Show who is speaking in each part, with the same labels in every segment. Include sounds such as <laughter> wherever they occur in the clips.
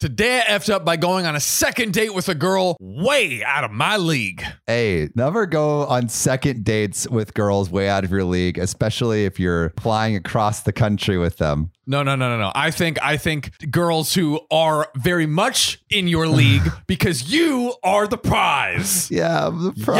Speaker 1: Today I effed up by going on a second date with a girl way out of my league.
Speaker 2: Hey, never go on second dates with girls way out of your league, especially if you're flying across the country with them.
Speaker 1: No, no, no, no, no. I think I think girls who are very much in
Speaker 2: <sighs>
Speaker 1: your league because you are the prize.
Speaker 2: Yeah, I'm the prize.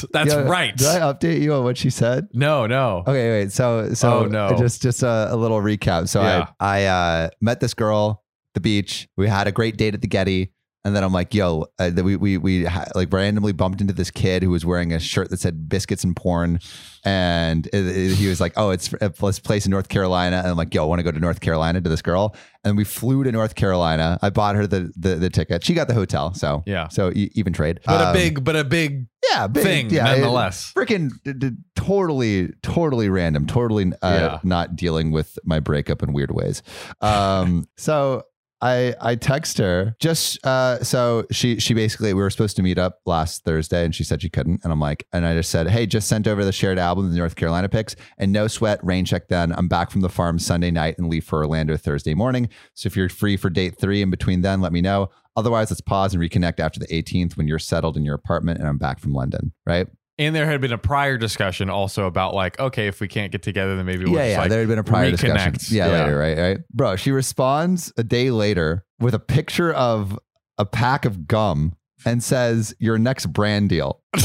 Speaker 1: Yes, that's
Speaker 2: Yeah,
Speaker 1: right.
Speaker 2: Did I Uh, update you on what she said?
Speaker 1: no, no.
Speaker 2: Okay, wait. So, so
Speaker 1: Oh, no.
Speaker 2: just just a, a little recap. So
Speaker 1: Yeah.
Speaker 2: I I uh, met this girl at the beach. We had a great date at the Getty, and then I'm like, yo, uh, that we we we ha- like randomly bumped into this kid who was wearing a shirt that said biscuits and porn, and it- it- he was like, oh, it's a pl- place in North Carolina, and I'm like, yo, I want to go to North Carolina to this girl, and we flew to North Carolina. I bought her the the, the ticket. She got the hotel, so
Speaker 1: Yeah.
Speaker 2: so e- even trade.
Speaker 1: But a
Speaker 2: Um,
Speaker 1: big, but a big
Speaker 2: yeah, big
Speaker 1: thing
Speaker 2: yeah, it-
Speaker 1: nonetheless.
Speaker 2: freaking d- d- totally totally random totally uh,
Speaker 1: Yeah.
Speaker 2: not dealing with my breakup in weird ways um <laughs> so I, I text her just uh, so she she basically we were supposed to meet up last Thursday and she said she couldn't and I'm like and I just said hey just sent over the shared album the North Carolina pics and no sweat rain check then I'm back from the farm Sunday night and leave for Orlando Thursday morning so if you're free for date three in between then let me know otherwise let's pause and reconnect after the 18th when you're settled in your apartment and I'm back from London right
Speaker 1: And there had been a prior discussion also about like, okay, if we can't get together, then maybe we'll
Speaker 2: yeah,
Speaker 1: just
Speaker 2: yeah.
Speaker 1: like
Speaker 2: there had been a prior discussion.
Speaker 1: reconnect.
Speaker 2: Yeah,
Speaker 1: Yeah.
Speaker 2: later, right, right, bro. She responds a day later with a picture of a pack of gum and says, "Your next brand deal."
Speaker 1: <laughs>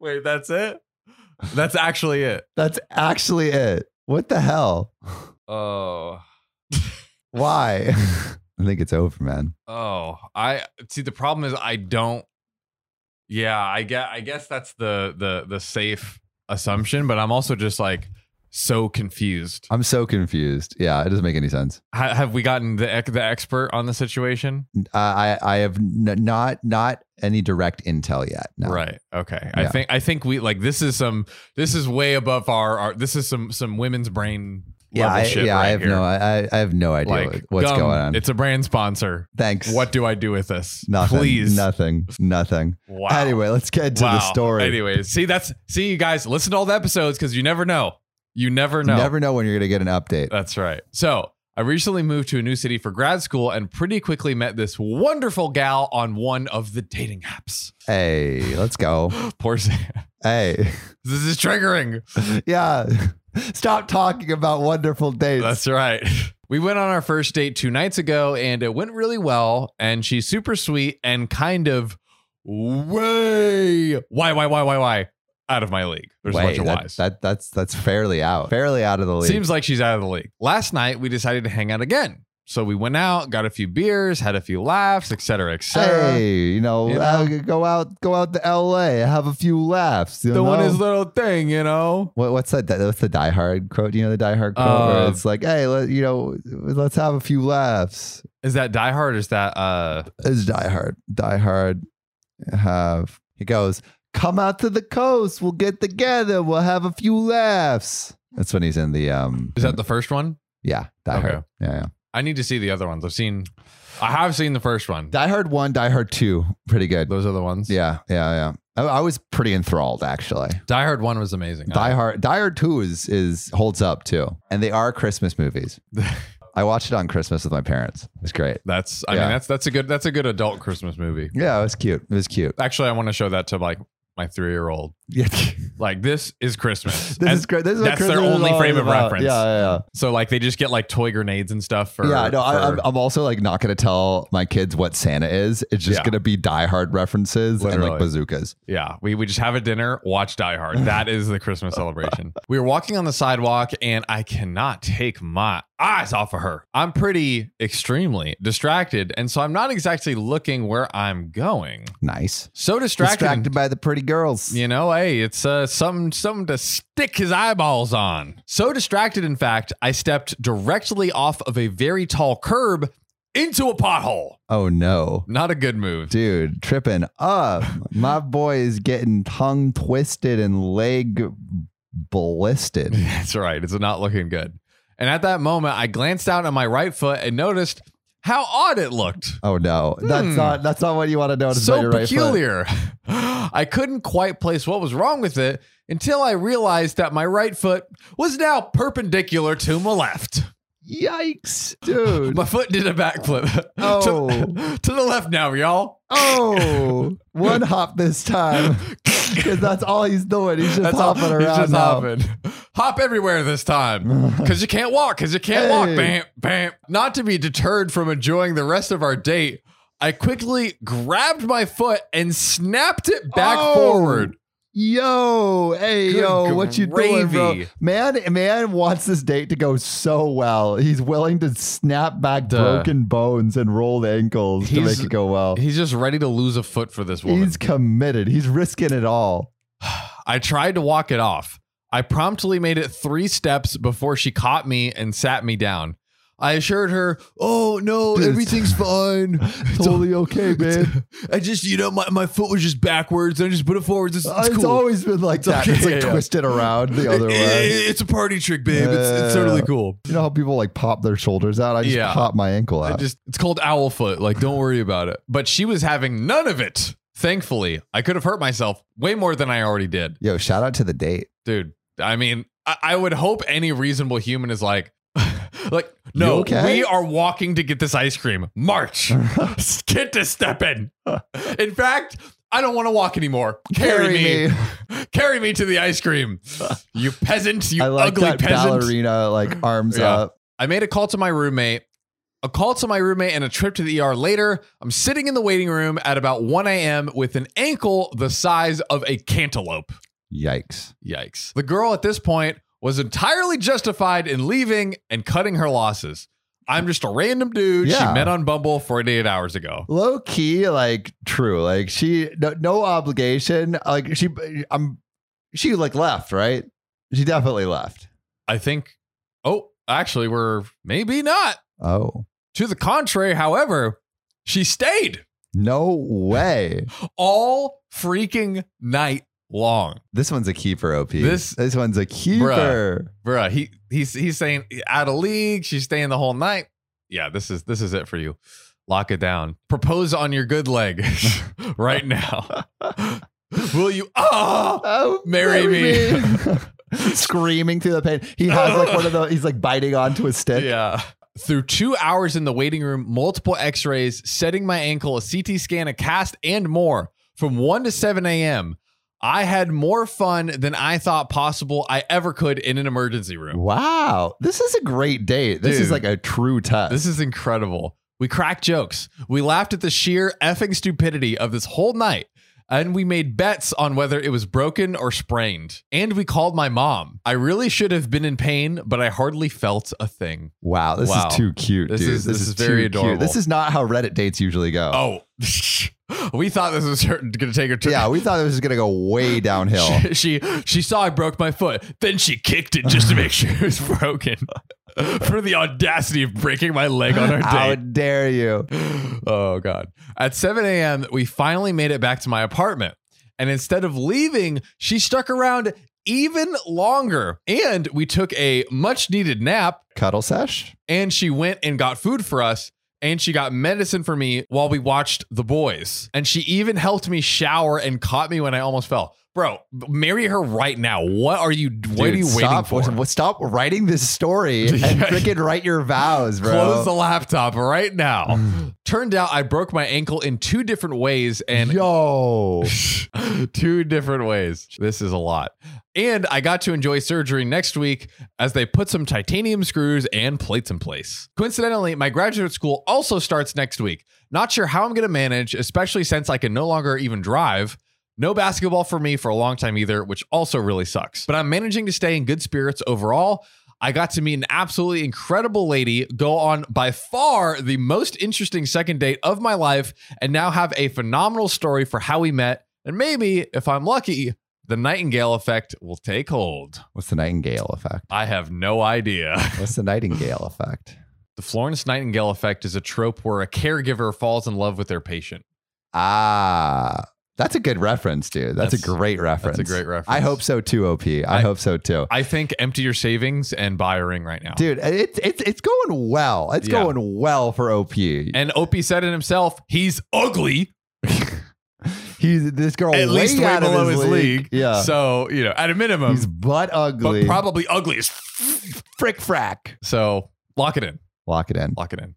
Speaker 1: Wait, that's it? That's actually it.
Speaker 2: That's actually it. What the hell?
Speaker 1: Oh.
Speaker 2: Why? <laughs> I think it's over, man.
Speaker 1: Oh, I see the problem is I don't Yeah, I get I guess that's the the the safe assumption, but I'm also just like so confused.
Speaker 2: I'm so confused. Yeah, it doesn't make any sense.
Speaker 1: Ha- have we gotten the ec- the expert on the situation?
Speaker 2: Uh, I I have n- not not any direct intel yet. No.
Speaker 1: Right. Okay. I
Speaker 2: Yeah.
Speaker 1: think I think we like this is some this is way above our, our this is some some women's brain
Speaker 2: Yeah,
Speaker 1: level
Speaker 2: I,
Speaker 1: shit
Speaker 2: yeah.
Speaker 1: right
Speaker 2: I have
Speaker 1: here.
Speaker 2: no. I I- I have no idea what- what's
Speaker 1: gum,
Speaker 2: going on.
Speaker 1: It's a brand sponsor.
Speaker 2: Thanks.
Speaker 1: What do I do with this?
Speaker 2: Nothing.
Speaker 1: Please.
Speaker 2: Nothing. Nothing.
Speaker 1: Wow.
Speaker 2: Anyway, let's get to
Speaker 1: wow.
Speaker 2: the story.
Speaker 1: Anyways, see that's see you guys listen to all the episodes because you never know. You never know.
Speaker 2: Never know when you're going to get an update.
Speaker 1: That's right. So I recently moved to a new city for grad school and pretty quickly met this wonderful gal on one of the dating apps. <gasps>
Speaker 2: hey, let's go.
Speaker 1: Poor Sam.
Speaker 2: Hey,
Speaker 1: <laughs>
Speaker 2: <laughs>
Speaker 1: This is triggering.
Speaker 2: yeah. Stop talking about wonderful dates.
Speaker 1: That's right. <laughs> We went on our first date two nights ago and it went really well. And she's super sweet and kind of way, why, why, why, why, why out of my league. There's a
Speaker 2: Wait,
Speaker 1: bunch of
Speaker 2: that,
Speaker 1: whys.
Speaker 2: that- that's that's fairly out, fairly out of the league.
Speaker 1: Seems like she's out of the league. Last night, we decided to hang out again. So we went out, got a few beers, had a few laughs, et cetera, et cetera.
Speaker 2: hey, you know,
Speaker 1: you know?
Speaker 2: uh, go out, go out to L.A., have a few laughs. You
Speaker 1: Doing
Speaker 2: know?
Speaker 1: his little thing, you know?
Speaker 2: What, what's that? What's the Die Hard quote? Do You know the Die Hard quote where
Speaker 1: Uh,
Speaker 2: it's like, "Hey, let, you know, let's have a few laughs."
Speaker 1: Is that Die Hard? Or is that, uh,
Speaker 2: It's Die Hard. Die Hard. Have he goes, come out to the coast. We'll get together. We'll have a few laughs. That's when he's in the um.
Speaker 1: is that the first one?
Speaker 2: yeah? Die
Speaker 1: Okay.
Speaker 2: Hard. Yeah, yeah.
Speaker 1: I need to see the other ones. I've seen, I have seen the first one.
Speaker 2: Die Hard one. Die Hard two. Pretty good.
Speaker 1: Those are the ones.
Speaker 2: Yeah, yeah, yeah. I, I was pretty enthralled actually.
Speaker 1: Die Hard 1 was amazing.
Speaker 2: Die Hard. Die Hard two is is holds up too, and they are
Speaker 1: <laughs>
Speaker 2: Christmas movies. I watched it on Christmas with my parents. It was great.
Speaker 1: That's I
Speaker 2: Yeah.
Speaker 1: mean that's that's a good that's a good adult Christmas movie.
Speaker 2: Yeah, it was cute. It was cute.
Speaker 1: Actually, I want to show that to like my three year old.
Speaker 2: <laughs> Yeah.
Speaker 1: Like this is Christmas.
Speaker 2: <laughs> this
Speaker 1: And
Speaker 2: is great. This is what
Speaker 1: that's their
Speaker 2: Christmas is
Speaker 1: only
Speaker 2: all
Speaker 1: frame of
Speaker 2: about.
Speaker 1: reference.
Speaker 2: Yeah, yeah, yeah.
Speaker 1: so like they just get like toy grenades and stuff for
Speaker 2: yeah, no, I, I'm,
Speaker 1: for-
Speaker 2: I'm also like not gonna tell my kids what Santa is. It's just
Speaker 1: Yeah.
Speaker 2: gonna be Die Hard references and like
Speaker 1: Literally.
Speaker 2: bazookas.
Speaker 1: yeah. We we just have a dinner, watch Die Hard. That is the Christmas celebration. We were walking on the sidewalk and I cannot take my eyes off of her. I'm pretty extremely distracted, and so I'm not exactly looking where I'm going.
Speaker 2: Nice.
Speaker 1: So distracted, and
Speaker 2: Distracted by the pretty girls.
Speaker 1: You know, hey, it's uh, something something to stick his eyeballs on. So distracted, in fact, I stepped directly off of a very tall curb into a pothole.
Speaker 2: Oh no,
Speaker 1: Not a good move.
Speaker 2: dude, tripping up.
Speaker 1: <laughs>
Speaker 2: my boy is getting tongue twisted and leg
Speaker 1: <laughs>
Speaker 2: ballisted.
Speaker 1: That's right. It's not looking good. And at that moment, I glanced out at my right foot and noticed how odd it looked.
Speaker 2: Oh no, that's
Speaker 1: Hmm.
Speaker 2: not that's not what you want to notice about
Speaker 1: so
Speaker 2: your right foot.
Speaker 1: peculiar. <laughs> I couldn't quite place what was wrong with it until I realized that my right foot was now perpendicular to my left.
Speaker 2: Yikes, dude.
Speaker 1: <laughs> My foot did a backflip. <laughs>
Speaker 2: Oh.
Speaker 1: to, <laughs> to the left now, y'all.
Speaker 2: Oh,
Speaker 1: <laughs>
Speaker 2: one hop this time. Because that's all he's doing. He's just
Speaker 1: That's all.
Speaker 2: hopping around.
Speaker 1: He's just
Speaker 2: now.
Speaker 1: hopping. Hop everywhere this time. Because you can't walk. Because you can't
Speaker 2: Hey.
Speaker 1: walk. Bam, bam. Not to be deterred from enjoying the rest of our date, I quickly grabbed my foot and snapped it back
Speaker 2: Oh.
Speaker 1: forward.
Speaker 2: Yo, hey,
Speaker 1: Good
Speaker 2: yo, what you doing, bro?
Speaker 1: gravy.
Speaker 2: Man, man wants this date to go so well. He's willing to snap back
Speaker 1: Duh.
Speaker 2: broken bones and rolled ankles to
Speaker 1: He's-
Speaker 2: make it go well.
Speaker 1: He's just ready to lose a foot for this woman.
Speaker 2: He's committed. He's risking it all.
Speaker 1: I tried to walk it off. I promptly made it three steps before she caught me and sat me down. I assured her, "Oh no,
Speaker 2: Dude, it's- <laughs>
Speaker 1: everything's fine. It's all-
Speaker 2: Totally <laughs> okay, man.
Speaker 1: I just, you know, my, my foot was just backwards. and I just put it forwards. It's,
Speaker 2: It's,
Speaker 1: it's cool.
Speaker 2: always been like that.
Speaker 1: okay,
Speaker 2: It's like
Speaker 1: yeah, yeah.
Speaker 2: twisted around the other
Speaker 1: It- <laughs>
Speaker 2: way.
Speaker 1: it- it's a party trick, babe. It's, it's totally
Speaker 2: Yeah.
Speaker 1: cool.
Speaker 2: You know how people like pop their shoulders out? I just
Speaker 1: Yeah.
Speaker 2: pop my ankle
Speaker 1: I
Speaker 2: out.
Speaker 1: just it's called owl foot. Like, don't worry about it. But she was having none of it. Thankfully, I could have hurt myself way more than I already did.
Speaker 2: Yo, shout out to the date.
Speaker 1: dude i mean i, I would hope any reasonable human is like <laughs> like no
Speaker 2: You okay?
Speaker 1: we are walking to get this ice cream
Speaker 2: <laughs>
Speaker 1: march get to step in in fact i don't want to walk anymore carry, me, <laughs> carry me to the ice
Speaker 2: <laughs>
Speaker 1: cream you peasant you
Speaker 2: I like
Speaker 1: ugly
Speaker 2: that
Speaker 1: peasant
Speaker 2: ballerina, like arms
Speaker 1: Yeah.
Speaker 2: up.
Speaker 1: i made a call to my roommate a call to my roommate and a trip to the ER later. I'm sitting in the waiting room at about 1 a.m. with an ankle the size of a cantaloupe.
Speaker 2: Yikes.
Speaker 1: Yikes. The girl at this point was entirely justified in leaving and cutting her losses. I'm just a random dude
Speaker 2: Yeah.
Speaker 1: she met on Bumble 48 hours ago.
Speaker 2: Low key, like true. Like she, no, no obligation. Like she, I'm, she like left, right? She definitely left.
Speaker 1: I think, oh, actually, we're maybe not.
Speaker 2: Oh,
Speaker 1: To the contrary, however, she stayed
Speaker 2: no way.
Speaker 1: all freaking night long.
Speaker 2: This one's a keeper, OP.
Speaker 1: This-
Speaker 2: this one's a keeper.
Speaker 1: Bruh, he he's he's saying out of league, she's staying the whole night. Yeah, this is this is it for you. Lock it down. Propose on your good leg <laughs> right <laughs> now. Will you ah
Speaker 2: Oh,
Speaker 1: Marry
Speaker 2: me. <laughs> Screaming through the pain. He has like one of those, he's like biting onto a stick.
Speaker 1: Yeah. Through two hours in the waiting room, multiple x rays, setting my ankle, a CT scan, a cast, and more from 1 to 7 a.m., I had more fun than I thought possible I ever could in an emergency room.
Speaker 2: Wow. This is a great date. This is
Speaker 1: Dude.
Speaker 2: like a true test.
Speaker 1: This is incredible. We cracked jokes. We laughed at the sheer effing stupidity of this whole night. And we made bets on whether it was broken or sprained. And we called my mom. I really should have been in pain, but I hardly felt a thing.
Speaker 2: wow. This
Speaker 1: Wow.
Speaker 2: is too cute,
Speaker 1: This
Speaker 2: dude.
Speaker 1: is- this is very
Speaker 2: too
Speaker 1: adorable.
Speaker 2: This is not how Reddit dates usually go.
Speaker 1: Oh, <laughs> we thought this was her, gonna take her turn.
Speaker 2: Yeah, we thought it was going to go way downhill.
Speaker 1: <laughs> She, she she saw I broke my foot, then she kicked it just to
Speaker 2: <laughs>
Speaker 1: make sure it was broken. <laughs> For the audacity of breaking my leg on our
Speaker 2: How
Speaker 1: date.
Speaker 2: dare you?
Speaker 1: <gasps> Oh god. At 7 a.m., we finally made it back to my apartment. And instead of leaving, she stuck around even longer. And we took a much needed nap
Speaker 2: Cuddle sesh?
Speaker 1: and she went and got food for us and she got medicine for me while we watched the boys and she even helped me shower and caught me when i almost fell bro marry her right now what are you what are
Speaker 2: Dude,
Speaker 1: you
Speaker 2: stop,
Speaker 1: waiting for
Speaker 2: w- Stop writing this story
Speaker 1: <laughs>
Speaker 2: and
Speaker 1: Yeah.
Speaker 2: freaking write your vows, bro.
Speaker 1: close the laptop right
Speaker 2: <sighs>
Speaker 1: now turned out i broke my ankle in two different ways and
Speaker 2: Yo.
Speaker 1: <laughs> two different ways this is a lot and i got to enjoy surgery next week as they put some titanium screws and plates in place coincidentally my graduate school also starts next week not sure how i'm going to manage especially since i can no longer even drive no basketball for me for a long time either which also really sucks but i'm managing to stay in good spirits overall I got to meet an absolutely incredible lady, go on by far the most interesting second date of my life, and now have a phenomenal story for how we met. And maybe, if I'm lucky, the nightingale effect will take hold.
Speaker 2: What's the nightingale effect?
Speaker 1: I have no idea. <laughs>
Speaker 2: What's the nightingale effect?
Speaker 1: The Florence Nightingale effect is a trope where a caregiver falls in love with their patient.
Speaker 2: Ah, that's a good reference, dude. That's, a
Speaker 1: That's-
Speaker 2: great reference.
Speaker 1: That's a great reference.
Speaker 2: I hope so too, OP. I,
Speaker 1: I-
Speaker 2: hope so too.
Speaker 1: I think empty your savings and buy a ring right now.
Speaker 2: Dude, it's it's it's going well. It's
Speaker 1: Yeah.
Speaker 2: going well for OP.
Speaker 1: And Opie said it himself, he's ugly.
Speaker 2: He's this girl
Speaker 1: At
Speaker 2: way
Speaker 1: least way
Speaker 2: out of
Speaker 1: below
Speaker 2: his, league. Yeah,
Speaker 1: So, you know, at a minimum,
Speaker 2: he's butt
Speaker 1: but
Speaker 2: Uh, ugly.
Speaker 1: probably ugly as
Speaker 2: frick frack.
Speaker 1: So Lock it in.
Speaker 2: Lock it in.
Speaker 1: Lock it in.